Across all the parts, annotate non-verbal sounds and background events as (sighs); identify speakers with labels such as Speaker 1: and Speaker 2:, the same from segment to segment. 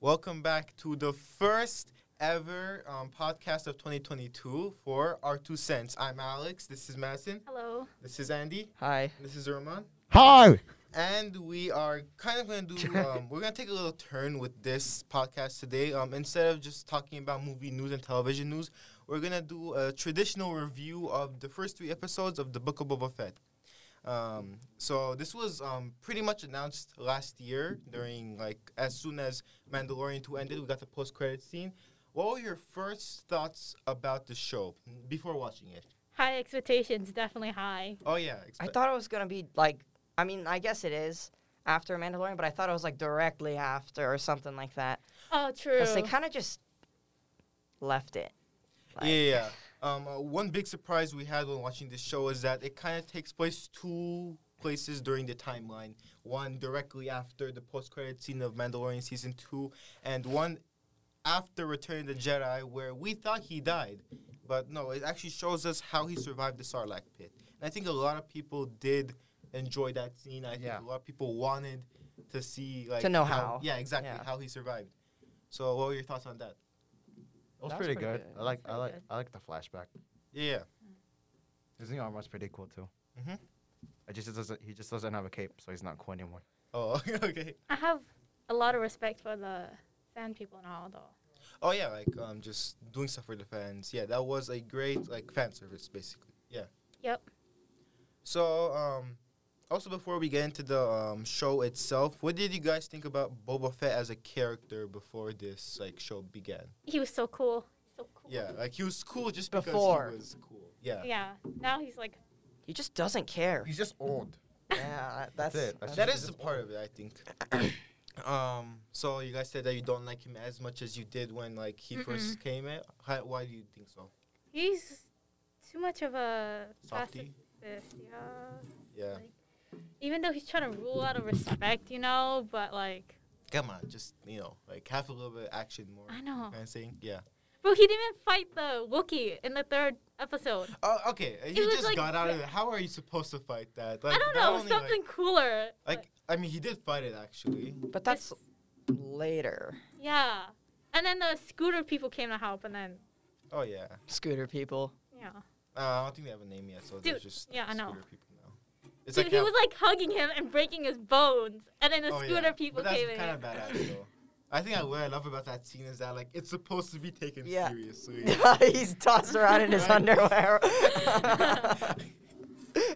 Speaker 1: Welcome back to the first ever um, podcast of 2022 for Our Two Cents. I'm Alex. This is Madison.
Speaker 2: Hello.
Speaker 1: This is Andy.
Speaker 3: Hi.
Speaker 1: This is Irman.
Speaker 4: Hi.
Speaker 1: And we are kind of going to do, um, we're going to take a little turn with this podcast today. Um, instead of just talking about movie news and television news, we're going to do a traditional review of the first three episodes of The Book of Boba Fett. Um, so this was um, pretty much announced last year during like as soon as Mandalorian 2 ended, we got the post credit scene. What were your first thoughts about the show before watching it?
Speaker 2: High expectations, definitely high.
Speaker 1: Oh yeah,
Speaker 3: I
Speaker 1: expe-
Speaker 3: thought it was gonna be like, I mean, I guess it is after Mandalorian, but I thought it was like directly after or something like that.
Speaker 2: Oh, true.
Speaker 3: Because they kind of just left it.
Speaker 1: yeah,
Speaker 3: Like,
Speaker 1: yeah. Um, uh, one big surprise we had when watching this show is that it kind of takes place two places during the timeline. One directly after the post-credit scene of Mandalorian season two, and one after Return of the Jedi, where we thought he died, but no, it actually shows us how he survived the Sarlacc pit. And I think a lot of people did enjoy that scene. I think
Speaker 4: Yeah.
Speaker 1: a lot of people wanted to see, like,
Speaker 3: To know how.
Speaker 1: Yeah, exactly,
Speaker 3: Yeah.
Speaker 1: how he survived. So, what were your thoughts on that?
Speaker 4: It was
Speaker 3: That was
Speaker 4: pretty,
Speaker 3: pretty
Speaker 4: good.
Speaker 3: good.
Speaker 4: I like I
Speaker 2: Pretty
Speaker 4: like
Speaker 2: good.
Speaker 4: I like the flashback.
Speaker 1: Yeah.
Speaker 4: His new armor's pretty cool too.
Speaker 1: Mhm.
Speaker 4: It just doesn't he just doesn't have a cape, so he's not cool anymore.
Speaker 1: Oh, (laughs) okay.
Speaker 2: I have a lot of respect for the sand people now, though.
Speaker 1: Oh yeah, like um, just doing stuff for the fans. Yeah, that was a great like fan service basically. Yeah.
Speaker 2: Yep.
Speaker 1: So um, also before we get into the um, show itself, what did you guys think about Boba Fett as a character before this like show began?
Speaker 2: He was so cool. So cool.
Speaker 1: Yeah, like he was cool just because
Speaker 3: Before.
Speaker 1: he was cool. Yeah.
Speaker 2: Yeah. Now he's like,
Speaker 3: He just
Speaker 1: (laughs)
Speaker 3: doesn't care.
Speaker 4: He's just old.
Speaker 3: yeah, that's,
Speaker 4: That's it. That's
Speaker 1: That is a part of it, I think. (coughs) um, so you guys said that you don't like him as much as you did when like he first came in. Hi- why do you think so?
Speaker 2: he's too much of a
Speaker 1: Softy?
Speaker 2: pacifist, Yeah.
Speaker 1: Yeah.
Speaker 2: Even though he's trying to rule out of respect, you know, but like,
Speaker 1: Come on, just you know, like have a little bit of action more.
Speaker 2: I know.
Speaker 1: Kind of thing. Yeah.
Speaker 2: Bro, he didn't even fight the Wookiee in the third episode.
Speaker 1: Oh, okay. uh, He
Speaker 2: was
Speaker 1: just
Speaker 2: like-
Speaker 1: got out of it. How are you supposed to fight that? Like,
Speaker 2: I don't
Speaker 1: not
Speaker 2: know,
Speaker 1: only,
Speaker 2: something cooler.
Speaker 1: Like, like, I mean, he did fight it actually.
Speaker 3: But that's later.
Speaker 2: yeah. And then the scooter people came to help, and then,
Speaker 1: Oh yeah.
Speaker 3: Scooter people.
Speaker 2: yeah.
Speaker 1: Uh, I don't think they have a name yet, so they're
Speaker 2: Dude,
Speaker 1: just
Speaker 2: yeah, I know.
Speaker 1: scooter people now. It's
Speaker 2: Dude, he
Speaker 1: how-
Speaker 2: was like hugging him and breaking his bones, and then the
Speaker 1: oh, yeah.
Speaker 2: scooter people
Speaker 1: But that's
Speaker 2: came in.
Speaker 1: kind of (laughs) badass though. I think I, what I love about that scene is that like it's supposed to be taken
Speaker 3: Yeah. (laughs)
Speaker 1: seriously.
Speaker 3: (laughs) He's tossed around in his
Speaker 1: Right.
Speaker 3: underwear. (laughs)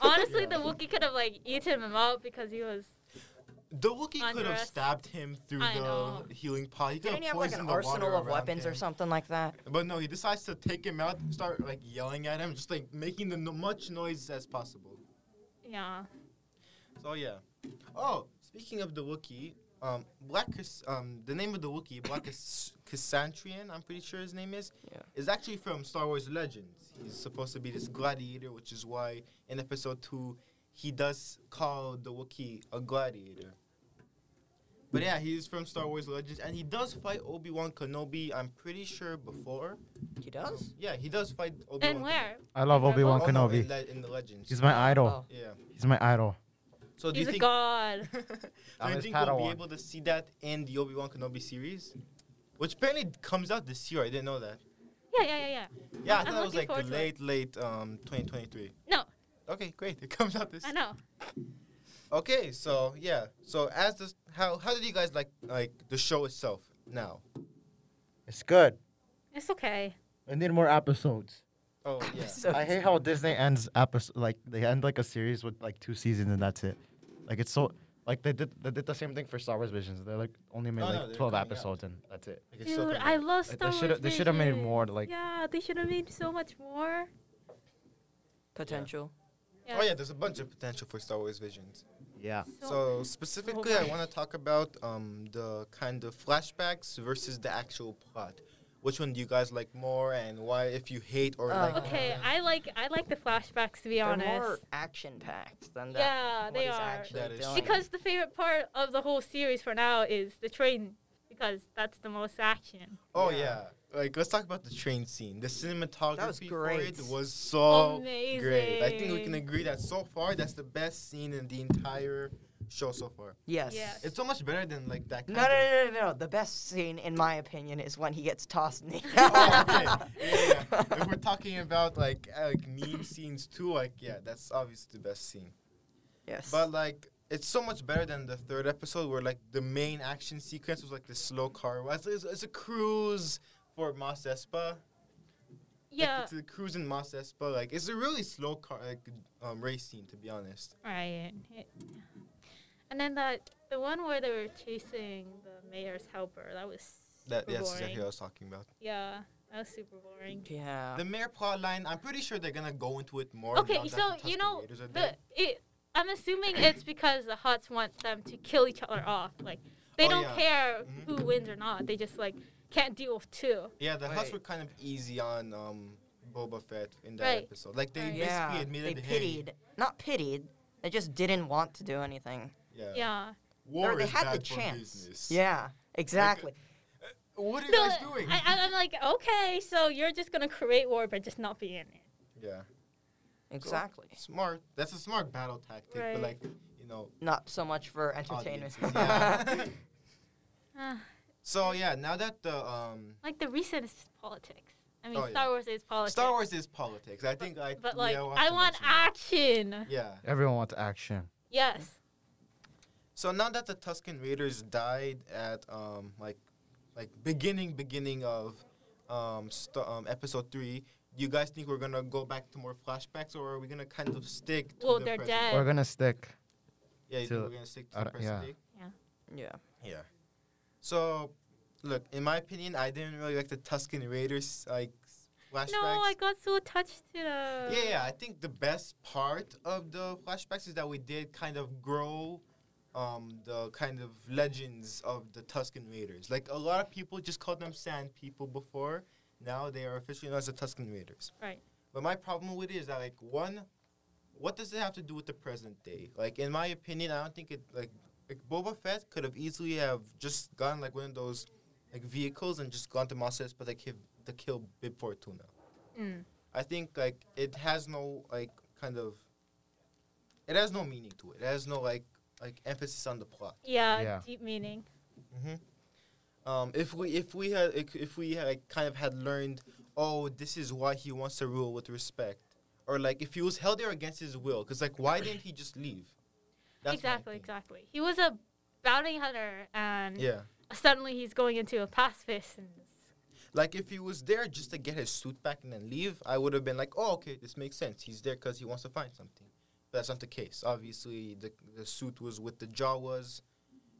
Speaker 2: Honestly,
Speaker 1: Yeah.
Speaker 2: the Wookiee could have like eaten him up because he was.
Speaker 1: the Wookiee could have
Speaker 2: Undressed.
Speaker 1: stabbed him through
Speaker 2: I
Speaker 1: the
Speaker 2: know.
Speaker 1: healing pod. He could
Speaker 3: Didn't he
Speaker 1: have
Speaker 3: have like an
Speaker 1: poisoned the water
Speaker 3: arsenal of
Speaker 1: around
Speaker 3: weapons
Speaker 1: him.
Speaker 3: or something like that?
Speaker 1: But no, he decides to take him out, start like yelling at him, just like making the no- much noise as possible.
Speaker 2: Yeah.
Speaker 1: So yeah. Oh, speaking of the Wookiee, um, Black Cass- um, the name of the Wookiee, Black (coughs) Cass- Cassantrian, I'm pretty sure his name is,
Speaker 3: Yeah.
Speaker 1: is actually from Star Wars Legends. He's supposed to be this gladiator, which is why in Episode Two, he does call the Wookiee a gladiator. But yeah, he's from Star Wars Legends, and he does fight Obi Wan Kenobi. I'm pretty sure before.
Speaker 3: He does?
Speaker 1: Yeah, he does fight Obi Wan.
Speaker 2: And where?
Speaker 4: I love
Speaker 2: I love-
Speaker 4: Obi-Wan
Speaker 1: Oh, no, in,
Speaker 4: Kenobi.
Speaker 1: le- in the Legends.
Speaker 4: He's my idol.
Speaker 3: Oh.
Speaker 1: yeah.
Speaker 4: He's my idol.
Speaker 1: So do
Speaker 2: He's
Speaker 1: you (laughs)
Speaker 2: a
Speaker 1: think?
Speaker 2: god.
Speaker 1: so
Speaker 4: I'm
Speaker 1: you
Speaker 4: his
Speaker 1: think we'll be
Speaker 4: Padawan.
Speaker 1: able to see that in the Obi Wan Kenobi series, which apparently comes out this year? I didn't know that.
Speaker 2: Yeah, yeah, yeah, yeah.
Speaker 1: Yeah, I
Speaker 2: I'm
Speaker 1: thought it was
Speaker 2: looking
Speaker 1: like the
Speaker 2: forward
Speaker 1: late,
Speaker 2: to
Speaker 1: late um 2023.
Speaker 2: No,
Speaker 1: Okay, great. (laughs) It comes out this.
Speaker 2: I know.
Speaker 1: Okay, so yeah, so as this, how how did you guys like like the show itself now?
Speaker 4: It's good.
Speaker 2: It's okay.
Speaker 4: I need more episodes.
Speaker 2: (laughs)
Speaker 1: Oh yeah,
Speaker 3: (laughs) So
Speaker 4: I hate how Disney ends episode like they end like a series with like two seasons and that's it. Like it's so like they did they did the same thing for Star Wars Visions. They like only made
Speaker 1: No, no,
Speaker 4: like
Speaker 1: they're
Speaker 4: twelve
Speaker 1: coming out.
Speaker 4: episodes and that's it.
Speaker 1: Like, it's so
Speaker 2: Dude,
Speaker 1: good.
Speaker 2: I love
Speaker 4: Like,
Speaker 2: Star
Speaker 4: they
Speaker 2: Wars.
Speaker 4: should they should have made
Speaker 2: Visions.
Speaker 4: more like
Speaker 2: Yeah, they should have made so much more.
Speaker 3: Potential.
Speaker 1: Oh yeah, there's a bunch of potential for Star Wars Visions.
Speaker 4: yeah.
Speaker 1: So specifically, I want to talk about um, the kind of flashbacks versus the actual plot. Which one do you guys like more, and why? If you hate or
Speaker 3: Uh,
Speaker 1: like, (laughs)
Speaker 2: Okay, I like I like the flashbacks to be
Speaker 3: They're
Speaker 2: honest.
Speaker 3: more action packed than that.
Speaker 2: yeah,
Speaker 3: what
Speaker 2: they
Speaker 3: he's
Speaker 2: are.
Speaker 3: actually
Speaker 1: That is
Speaker 3: doing.
Speaker 1: true.
Speaker 2: Because the favorite part of the whole series for now is the train, because that's the most action.
Speaker 1: oh yeah.
Speaker 3: Yeah.
Speaker 1: like let's talk about the train scene. The cinematography
Speaker 3: great.
Speaker 1: for it was so
Speaker 2: Amazing.
Speaker 1: great. I think we can agree that so far that's the best scene in the entire show so far.
Speaker 3: Yes.
Speaker 2: Yeah.
Speaker 1: It's so much better than like that.
Speaker 3: No,
Speaker 1: Kind
Speaker 3: no,
Speaker 1: of,
Speaker 3: no, no, no, no. The best scene, in my opinion, is when he gets tossed naked.
Speaker 1: oh, okay. yeah, yeah.
Speaker 3: (laughs)
Speaker 1: If we're talking about like uh, like meme scenes too, like yeah, that's obviously the best scene.
Speaker 3: Yes.
Speaker 1: But like it's so much better than the third episode where like the main action sequence was like the slow car. ride. It's, it's, it's a cruise for Mos Espa. Like,
Speaker 2: Yeah.
Speaker 1: it's a cruise in Mos Espa. Like it's a really slow car like um, race scene to be honest.
Speaker 2: Right. It- And then that the one where they were chasing the mayor's helper. That was
Speaker 1: That
Speaker 2: super
Speaker 1: yeah, that's
Speaker 2: boring.
Speaker 1: exactly what I was talking about.
Speaker 2: Yeah, that was super boring.
Speaker 3: yeah.
Speaker 1: The mayor plot line. I'm pretty sure they're gonna go into it more.
Speaker 2: Okay,
Speaker 1: now that
Speaker 2: so
Speaker 1: the
Speaker 2: you know
Speaker 1: Tusken Raiders are
Speaker 2: the
Speaker 1: there.
Speaker 2: it, I'm assuming it's because the Huts want them to kill each other off. Like they
Speaker 1: Oh,
Speaker 2: don't
Speaker 1: yeah.
Speaker 2: care
Speaker 1: Mhm.
Speaker 2: who wins or not. They just like can't deal with two.
Speaker 1: yeah, the Huts
Speaker 3: Wait.
Speaker 1: were kind of easy on um, Boba Fett in that
Speaker 2: Right.
Speaker 1: episode. Like they
Speaker 2: Right.
Speaker 1: basically
Speaker 3: yeah. They
Speaker 1: admitted, hey,
Speaker 3: pitied. Not pitied. They just didn't want to do anything.
Speaker 1: yeah,
Speaker 2: Yeah.
Speaker 1: war
Speaker 3: they
Speaker 1: is
Speaker 3: had
Speaker 1: bad
Speaker 3: the
Speaker 1: for
Speaker 3: chance.
Speaker 1: business.
Speaker 3: Yeah. Exactly.
Speaker 1: What are you
Speaker 2: No,
Speaker 1: guys doing?
Speaker 2: I, I- I'm like, okay, so you're just gonna create war but just not be in it.
Speaker 1: yeah, uh,
Speaker 3: Exactly.
Speaker 1: smart. That's a smart battle tactic.
Speaker 2: Right.
Speaker 1: But like, you know,
Speaker 3: Not so much for entertainment.
Speaker 1: audiences. Yeah.
Speaker 3: (laughs)
Speaker 2: Ah,
Speaker 1: so yeah, now that the um,
Speaker 2: (sighs) like the recent is politics. I mean,
Speaker 1: Oh, yeah.
Speaker 2: Star Wars is politics.
Speaker 1: Star Wars is politics, I think I.
Speaker 2: But
Speaker 1: yeah,
Speaker 2: like,
Speaker 1: we'll have
Speaker 2: I
Speaker 1: to
Speaker 2: want
Speaker 1: mention that.
Speaker 2: action.
Speaker 1: Yeah.
Speaker 4: Everyone wants action.
Speaker 2: Yes.
Speaker 1: So now that the Tuscan Raiders died at um like like beginning beginning of um, st- um episode three, do you guys think we're gonna go back to more flashbacks or are we gonna kind of stick? To
Speaker 2: Well,
Speaker 1: the
Speaker 2: they're
Speaker 1: present?
Speaker 2: dead.
Speaker 4: We're gonna stick.
Speaker 1: Yeah, you
Speaker 4: To-
Speaker 1: think we're gonna stick to
Speaker 4: I
Speaker 1: the
Speaker 4: don't- yeah.
Speaker 1: present day?
Speaker 3: (laughs) Yeah.
Speaker 1: Yeah. (laughs) So, look, in my opinion, I didn't really like the Tuscan Raiders like flashbacks.
Speaker 2: No, I got so attached to the.
Speaker 1: Yeah, yeah, I think the best part of the flashbacks is that we did kind of grow um, the kind of legends of the Tuscan Raiders. Like a lot of people just called them Sand People before. Now they are officially known as the Tuscan Raiders.
Speaker 2: Right.
Speaker 1: But my problem with it is that like one, what does it have to do with the present day? Like in my opinion, I don't think it like like Boba Fett could have easily have just gotten like one of those like vehicles and just gone to Mos Espa to kill to kill Bib Fortuna.
Speaker 2: Mm.
Speaker 1: I think like it has no like kind of it has no meaning to it. It has no like like emphasis on the plot.
Speaker 2: Yeah,
Speaker 4: Yeah.
Speaker 2: Deep meaning.
Speaker 1: Mm-hmm. Um, if we if we had if- if we had like, kind of had learned, oh, this is why he wants to rule with respect, or like if he was held there against his will, because like why didn't he just leave? That's my
Speaker 2: exactly.
Speaker 1: thing.
Speaker 2: Exactly. He was a bounty hunter, and
Speaker 1: Yeah, Oh,
Speaker 2: suddenly he's going into a pacifist. And
Speaker 1: like if he was there just to get his suit back and then leave, I would have been like, oh, okay, this makes sense. He's there because he wants to find something. But that's not the case. Obviously, the the suit was with the Jawas,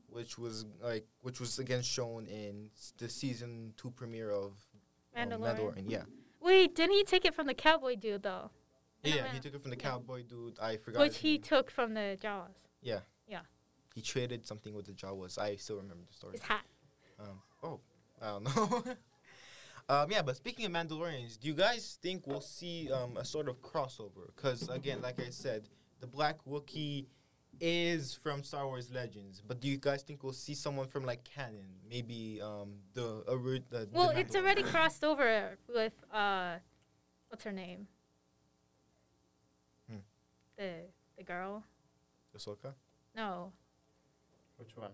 Speaker 1: which was like which was again shown in s- the season two premiere of um,
Speaker 2: Mandalorian.
Speaker 1: Mandalorian. Yeah.
Speaker 2: Wait, didn't he take it from the cowboy dude though?
Speaker 1: Yeah,
Speaker 2: Yeah.
Speaker 1: he took it from the
Speaker 2: Yeah.
Speaker 1: cowboy dude. I forgot.
Speaker 2: Which
Speaker 1: his
Speaker 2: he
Speaker 1: name.
Speaker 2: took from the Jawas.
Speaker 1: Yeah.
Speaker 2: Yeah.
Speaker 1: He traded something with the Jawas. I still remember the story.
Speaker 2: His hat.
Speaker 1: Um, oh, I don't know. (laughs) um, yeah, but speaking of Mandalorians, do you guys think we'll see um, a sort of crossover? Because again, like I said, the Black Wookiee is from Star Wars Legends, but do you guys think we'll see someone from like canon? Maybe um, the, ori- the the
Speaker 2: Well, it's
Speaker 1: Mandalorian.
Speaker 2: already crossed over with uh, what's her name?
Speaker 1: Hmm.
Speaker 2: The the girl?
Speaker 1: Ahsoka.
Speaker 2: No,
Speaker 4: Which one?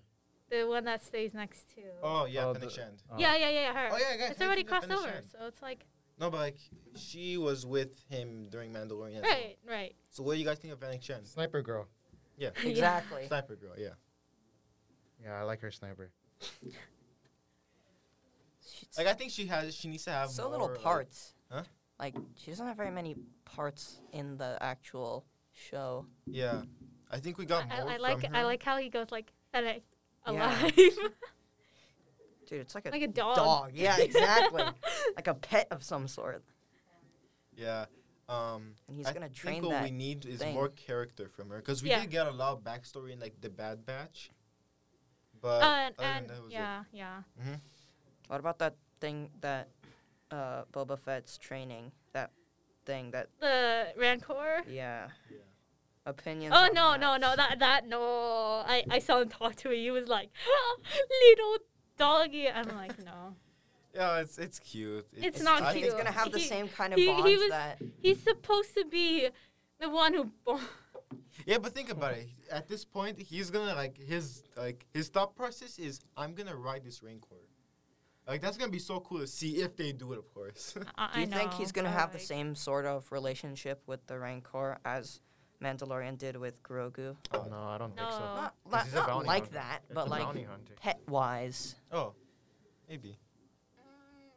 Speaker 2: the one that stays next to.
Speaker 1: Oh yeah,
Speaker 3: Uh,
Speaker 4: Oh,
Speaker 1: Fennec
Speaker 4: the-
Speaker 1: Shand.
Speaker 2: Yeah, yeah, yeah, yeah, her.
Speaker 1: Oh, yeah, yeah,
Speaker 2: It's
Speaker 1: Fennec-
Speaker 2: already
Speaker 1: yeah,
Speaker 2: crossed
Speaker 1: Fennec
Speaker 2: over,
Speaker 1: Shand.
Speaker 2: so it's like
Speaker 1: No, but like she was with him during Mandalorian. as well.
Speaker 2: right, right. (laughs)
Speaker 1: So what do you guys think of Fennec Shand?
Speaker 4: Sniper girl.
Speaker 1: Yeah.
Speaker 2: Yeah.
Speaker 3: Exactly.
Speaker 1: Sniper girl, yeah.
Speaker 4: Yeah, I like her sniper.
Speaker 3: She's
Speaker 1: Like I think she has she needs to have
Speaker 3: so little
Speaker 1: more, like-
Speaker 3: parts.
Speaker 1: Huh?
Speaker 3: Like she doesn't have very many parts in the actual show.
Speaker 1: yeah. I think we got
Speaker 2: I,
Speaker 1: more
Speaker 2: I like
Speaker 1: from
Speaker 2: I
Speaker 1: her.
Speaker 2: like how he goes like Fennec
Speaker 3: Yeah.
Speaker 2: alive,
Speaker 3: Dude, it's like a
Speaker 2: like a dog.
Speaker 3: dog.
Speaker 2: (laughs)
Speaker 3: Yeah, exactly. (laughs) like a pet of some sort.
Speaker 1: Yeah. Um
Speaker 3: And he's
Speaker 1: I
Speaker 3: gonna
Speaker 1: think
Speaker 3: train
Speaker 1: what
Speaker 3: that.
Speaker 1: we need is
Speaker 3: thing.
Speaker 1: more character from her cuz we
Speaker 2: Yeah.
Speaker 1: did get a lot of backstory in like the Bad Batch. But
Speaker 2: Uh,
Speaker 1: other than
Speaker 2: and
Speaker 1: that was it.
Speaker 2: yeah, yeah.
Speaker 3: What about that thing that uh, Boba Fett's training? That thing that
Speaker 2: The Rancor.
Speaker 3: yeah.
Speaker 1: Yeah.
Speaker 3: Opinions.
Speaker 2: Oh
Speaker 3: on
Speaker 2: no,
Speaker 3: that?
Speaker 2: no, no, that that no. I I saw him talk to it. He was like "Ah, little doggy. I'm like no.
Speaker 1: Yeah, it's it's cute.
Speaker 2: It's not
Speaker 1: I think
Speaker 3: I think he's
Speaker 2: cute.
Speaker 3: gonna have the
Speaker 2: He-
Speaker 3: same kind of
Speaker 2: he- he
Speaker 3: bonds
Speaker 2: was-
Speaker 3: that
Speaker 2: He's supposed to be the one who bo- (laughs)
Speaker 1: Yeah, but think about it. At this point, he's gonna like his like his thought process is I'm gonna ride this Rancor. Like that's gonna be so cool to see if they do it, of course. (laughs)
Speaker 2: I,
Speaker 3: Do
Speaker 2: I
Speaker 3: you think he's
Speaker 2: know,
Speaker 3: gonna
Speaker 2: but,
Speaker 3: have the
Speaker 2: like,
Speaker 3: same sort of relationship with the Rancor as Mandalorian did with Grogu?
Speaker 1: Oh,
Speaker 4: no, I don't think so.
Speaker 2: No.
Speaker 3: Not,
Speaker 4: 'Cause
Speaker 3: not,
Speaker 4: he's a
Speaker 3: not
Speaker 4: bounty
Speaker 3: like
Speaker 4: hunter.
Speaker 3: that,
Speaker 4: It's
Speaker 3: but
Speaker 4: a
Speaker 3: like
Speaker 4: bounty hunter.
Speaker 3: pet wise.
Speaker 1: oh, maybe.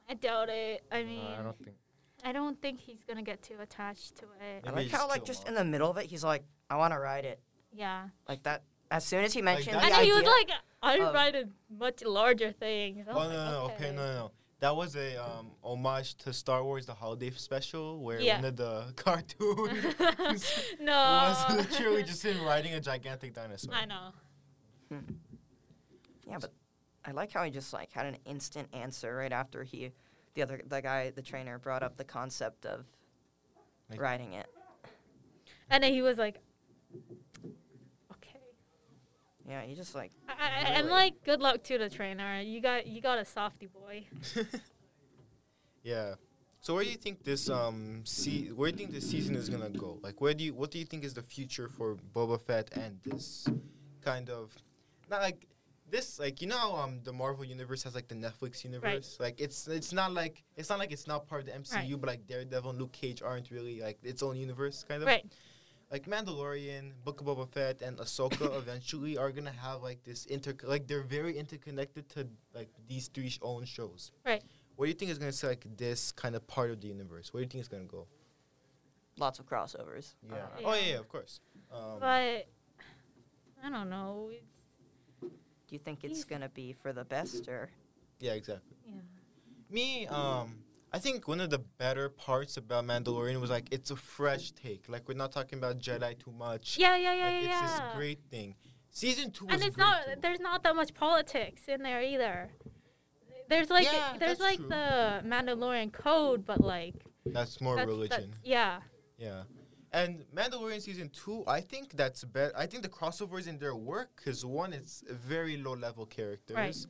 Speaker 2: I doubt it. I mean,
Speaker 4: No, I don't think.
Speaker 2: I don't think he's gonna get too attached to it.
Speaker 1: They
Speaker 3: I
Speaker 1: may
Speaker 3: like
Speaker 1: just
Speaker 3: how like
Speaker 1: kill
Speaker 3: just
Speaker 1: him
Speaker 3: in the middle of it, he's like, I want to ride it.
Speaker 2: Yeah.
Speaker 3: Like that. As soon as he mentioned,
Speaker 1: that-
Speaker 2: I
Speaker 3: the
Speaker 2: know he was
Speaker 3: idea-
Speaker 2: like, I
Speaker 3: of-
Speaker 2: ride a much larger thing. I
Speaker 1: Oh
Speaker 2: was
Speaker 1: no,
Speaker 2: like,
Speaker 1: no, no, okay, no, no, no. That was a um, homage to Star Wars: The Holiday Special, where
Speaker 2: Yeah.
Speaker 1: one of the (laughs)
Speaker 2: (laughs)
Speaker 1: cartoons
Speaker 2: no.
Speaker 1: was literally just him riding a gigantic dinosaur.
Speaker 2: Uh, (laughs) I know.
Speaker 3: Yeah, but I like how he just like had an instant answer right after he, the other the guy the trainer brought up the concept of
Speaker 1: Like-
Speaker 3: riding it.
Speaker 2: And then he was like, okay.
Speaker 3: Yeah, he just like
Speaker 2: I, I, I'm
Speaker 3: Really?
Speaker 2: like, good luck to the trainer. You got you got a softy boy.
Speaker 1: (laughs) yeah. So where do you think this um se- where do you think this season is gonna go? Like where do you what do you think is the future for Boba Fett and this kind of not like this like you know how um the Marvel universe has like the Netflix universe like it's it's not like it's not like it's not part of the MCU but like Daredevil and Luke Cage aren't really like its own universe kind of
Speaker 2: Right.
Speaker 1: like Mandalorian, Book of Boba Fett, and Ahsoka eventually are gonna have like this inter like they're very interconnected to like these three sh- own shows.
Speaker 2: Right.
Speaker 1: Where do you think is gonna see like this kind of part of the universe? Where do you think it's gonna go?
Speaker 3: lots of crossovers. Uh,
Speaker 4: Yeah.
Speaker 1: Oh yeah,
Speaker 2: Yeah.
Speaker 1: yeah, of course. Um,
Speaker 2: But I don't know. It's,
Speaker 3: Do you think
Speaker 2: He's-
Speaker 3: it's gonna be for the best or?
Speaker 1: yeah, exactly.
Speaker 2: yeah.
Speaker 1: Me, um, I think one of the better parts about Mandalorian was like it's a fresh take. Like we're not talking about Jedi too much.
Speaker 2: Yeah, yeah, yeah,
Speaker 1: Like
Speaker 2: yeah.
Speaker 1: it's
Speaker 2: yeah.
Speaker 1: this great thing. Season two was
Speaker 2: and it's
Speaker 1: great
Speaker 2: not
Speaker 1: too.
Speaker 2: there's not that much politics in there either. There's like
Speaker 1: Yeah,
Speaker 2: there's
Speaker 1: that's
Speaker 2: like
Speaker 1: true.
Speaker 2: the Mandalorian code, but like
Speaker 1: That's more
Speaker 2: that's,
Speaker 1: religion.
Speaker 2: that's- yeah,
Speaker 1: Yeah. And Mandalorian season two, I think that's better. I think the crossovers in their work because one, it's very low level characters.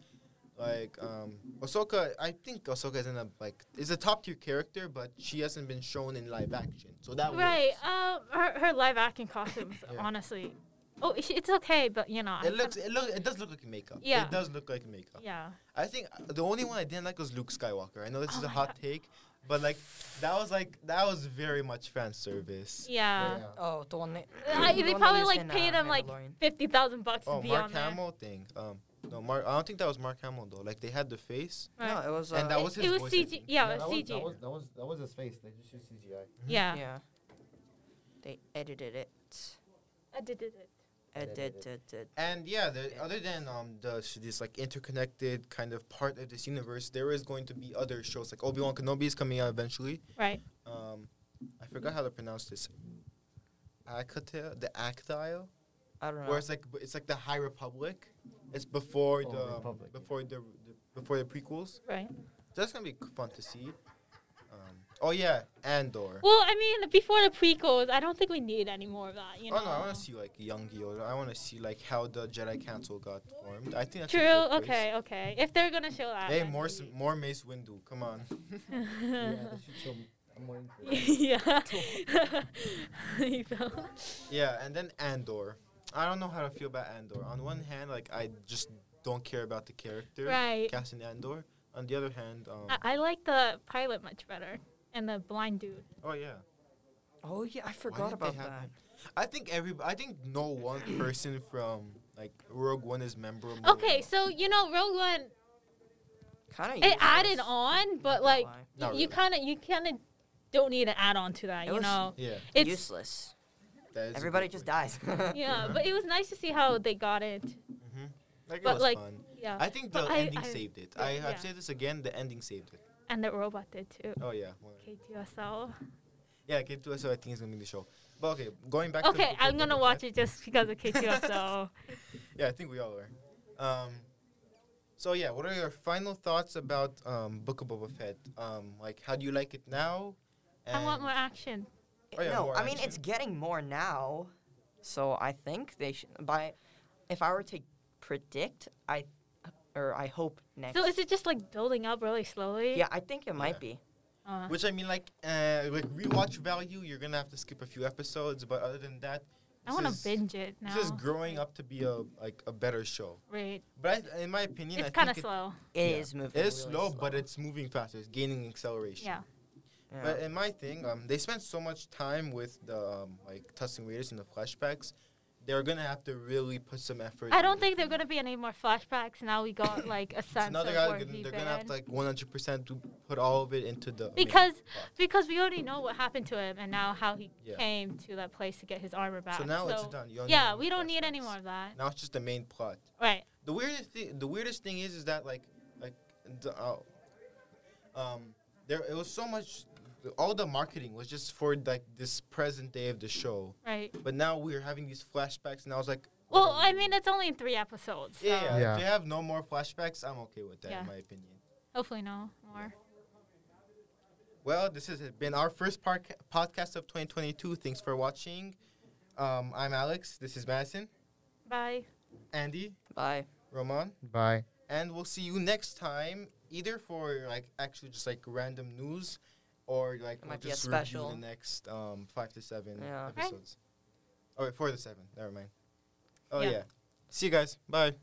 Speaker 1: Like um, Ahsoka, I think Ahsoka is in a like is a top tier character, but she hasn't been shown in live action, so that
Speaker 2: right.
Speaker 1: works.
Speaker 2: Um, her, her live acting costumes,
Speaker 1: (laughs) Yeah.
Speaker 2: honestly. Oh, it's- it's okay, but you know, I
Speaker 1: It
Speaker 2: kinda-
Speaker 1: looks it look it does look like makeup.
Speaker 2: Yeah.
Speaker 1: It does look like makeup.
Speaker 2: yeah,
Speaker 1: I think uh, the only one I didn't like was Luke Skywalker. I know this
Speaker 2: Oh
Speaker 1: is a
Speaker 2: my
Speaker 1: hot
Speaker 2: God.
Speaker 1: take, but like that was like that was very much fan service.
Speaker 2: yeah.
Speaker 1: Yeah.
Speaker 3: Oh, the one that.
Speaker 2: I,
Speaker 3: the
Speaker 2: they
Speaker 3: one
Speaker 2: probably
Speaker 3: used
Speaker 2: like
Speaker 3: in,
Speaker 2: paid
Speaker 3: uh,
Speaker 2: him like
Speaker 3: Mandalorian.
Speaker 2: fifty thousand bucks
Speaker 1: Oh,
Speaker 2: to be
Speaker 1: Mark
Speaker 2: on there.
Speaker 1: Hamill thing. Um, no, Mark. I don't think that was Mark Hamill though. Like they had the face.
Speaker 2: Right.
Speaker 3: No, it was. Uh,
Speaker 1: And that
Speaker 2: It-
Speaker 1: was his
Speaker 2: it was
Speaker 1: voice, I
Speaker 2: CG.
Speaker 1: think.
Speaker 2: Yeah, it was CG.
Speaker 4: That was, that, was, that was his face. They just used CGI.
Speaker 2: yeah.
Speaker 3: Yeah. They edited it.
Speaker 2: I did it.
Speaker 4: Edited.
Speaker 3: Edited.
Speaker 1: And yeah, the,
Speaker 3: Yeah.
Speaker 1: other than um the sh- this like interconnected kind of part of this universe, there is going to be other shows like Obi Wan Kenobi is coming out eventually.
Speaker 2: Right.
Speaker 1: Um, I forgot how to pronounce this. Akatil, the Actile,
Speaker 3: I don't know.
Speaker 1: where it's like b- it's like the High Republic. It's before
Speaker 4: Oh,
Speaker 1: the
Speaker 4: Republic, yeah.
Speaker 1: before the, the before the prequels.
Speaker 2: Right.
Speaker 1: That's gonna be fun to see. Um, oh yeah, Andor.
Speaker 2: Well, I mean, before the prequels, I don't think we need any more of that. You know.
Speaker 1: oh no, I want to see like young Yoda. I want to see like how the Jedi Council got formed. I think that's a
Speaker 2: True.
Speaker 1: cool place.
Speaker 2: Okay. Okay. If they're gonna show that.
Speaker 1: Hey,
Speaker 2: then
Speaker 1: more s-
Speaker 2: (laughs) maybe.
Speaker 1: more Mace Windu. Come on. (laughs)
Speaker 2: uh, (laughs)
Speaker 1: (laughs)
Speaker 2: yeah. (laughs) he fell.
Speaker 1: yeah, and then Andor. I don't know how to feel about Andor. On one hand, like I just don't care about the character
Speaker 2: Right. Uh,
Speaker 1: casting Andor. On the other hand, um,
Speaker 2: I, I like the pilot much better and the blind dude.
Speaker 1: oh yeah,
Speaker 3: oh yeah, I
Speaker 1: Why
Speaker 3: forgot
Speaker 1: didn't they
Speaker 3: about
Speaker 1: have
Speaker 3: that.
Speaker 1: him? I think every I think no one person from like Rogue One is memorable.
Speaker 2: Okay, so you know Rogue One,
Speaker 3: Kind of.
Speaker 2: it added on, but like
Speaker 1: Not
Speaker 2: you
Speaker 1: really.
Speaker 2: kind of you kind of don't need an add on to that.
Speaker 3: It
Speaker 2: You
Speaker 3: was-
Speaker 2: know,
Speaker 1: Yeah,
Speaker 2: it's
Speaker 3: useless.
Speaker 1: that is a
Speaker 3: Everybody
Speaker 1: good
Speaker 3: just
Speaker 1: point.
Speaker 3: dies. (laughs)
Speaker 2: yeah, but it was nice to see how they got it.
Speaker 1: Mm-hmm. Like, it
Speaker 2: but,
Speaker 1: was
Speaker 2: like,
Speaker 1: fun.
Speaker 2: Yeah,
Speaker 1: I think the
Speaker 2: but I-
Speaker 1: ending
Speaker 2: I-
Speaker 1: saved it.
Speaker 2: yeah,
Speaker 1: I have
Speaker 2: yeah.
Speaker 1: said this again. The ending saved it.
Speaker 2: and the robot did too.
Speaker 1: Oh yeah. well,
Speaker 2: K2SL.
Speaker 1: Yeah, K2SO I think is gonna be the show. But okay, going back. to
Speaker 2: Okay,
Speaker 1: Book
Speaker 2: I'm
Speaker 1: of
Speaker 2: gonna
Speaker 1: Boba
Speaker 2: watch
Speaker 1: Fett-
Speaker 2: it just
Speaker 1: (laughs)
Speaker 2: because of K2SL.
Speaker 1: Yeah, I think we all are. Um, so yeah, what are your final thoughts about um, Book of Boba Fett? Um, like, how do you like it now?
Speaker 2: I want
Speaker 1: And-
Speaker 2: more action.
Speaker 1: Oh, yeah,
Speaker 3: no,
Speaker 1: more
Speaker 3: I mean it's
Speaker 1: action.
Speaker 3: getting more now, so I think they should. By, if I were to predict, I, or I hope next.
Speaker 2: So is it just like building up really slowly?
Speaker 3: yeah, I think it might
Speaker 1: Yeah.
Speaker 3: be.
Speaker 2: Uh,
Speaker 1: Which I mean, like, uh, like rewatch value, you're gonna have to skip a few episodes, but other than that,
Speaker 2: I
Speaker 1: This
Speaker 2: want
Speaker 1: is-
Speaker 2: to binge it now.
Speaker 1: It's just growing up to be a like a better show.
Speaker 2: Right.
Speaker 1: But I, in my opinion,
Speaker 2: It's
Speaker 1: I
Speaker 2: kind of
Speaker 1: think it-
Speaker 2: slow.
Speaker 3: It is
Speaker 1: Yeah.
Speaker 3: moving.
Speaker 1: It is
Speaker 3: really
Speaker 1: slow, but it's moving faster. It's gaining acceleration.
Speaker 2: Yeah.
Speaker 3: Yeah.
Speaker 1: But in my thing, um, they spent so much time with the um, like Tusken Raiders and the flashbacks. They're gonna have to really put some effort.
Speaker 2: I
Speaker 1: in
Speaker 2: don't
Speaker 1: it.
Speaker 2: think there are going to be any more flashbacks. Now we
Speaker 1: (coughs)
Speaker 2: got like a
Speaker 1: So
Speaker 2: sense
Speaker 1: now
Speaker 2: of
Speaker 1: they're
Speaker 2: where
Speaker 1: gonna,
Speaker 2: he
Speaker 1: they're gonna have
Speaker 2: been.
Speaker 1: to like one hundred percent to put all of it into the main
Speaker 2: because
Speaker 1: plot.
Speaker 2: because we already know what happened to him and now how he
Speaker 1: Yeah.
Speaker 2: came to that place to get his armor back.
Speaker 1: so now it's done. You don't need
Speaker 2: Yeah,
Speaker 1: any
Speaker 2: we don't need any
Speaker 1: flashbacks.
Speaker 2: more of that.
Speaker 1: Now it's just the main plot.
Speaker 2: Right.
Speaker 1: The weirdest thing, the weirdest thing is, is that like, like, the, uh, um, there it was so much. All the marketing was just for like this present day of the show,
Speaker 2: Right.
Speaker 1: but now we're having these flashbacks, and I was like, "Oh,
Speaker 2: Well, I mean, it's only in three episodes. So
Speaker 1: yeah, yeah,
Speaker 4: Yeah.
Speaker 1: if they have no more flashbacks, I'm okay with that,
Speaker 2: Yeah.
Speaker 1: in my opinion.
Speaker 2: Hopefully, no more.
Speaker 1: Well, this has been our first parc podcast of 2022. Thanks for watching. Um, I'm Alex. This is Madison,
Speaker 2: Bye.
Speaker 1: Andy,
Speaker 3: Bye.
Speaker 1: Roman.
Speaker 4: Bye.
Speaker 1: and we'll see you next time either for like actually just like random news or like
Speaker 3: It
Speaker 1: we'll
Speaker 3: might be a
Speaker 1: just review
Speaker 3: special.
Speaker 1: the next um five to seven
Speaker 3: Yeah.
Speaker 2: Okay.
Speaker 1: episodes oh wait four to seven never mind oh
Speaker 2: Yeah.
Speaker 1: yeah see you guys bye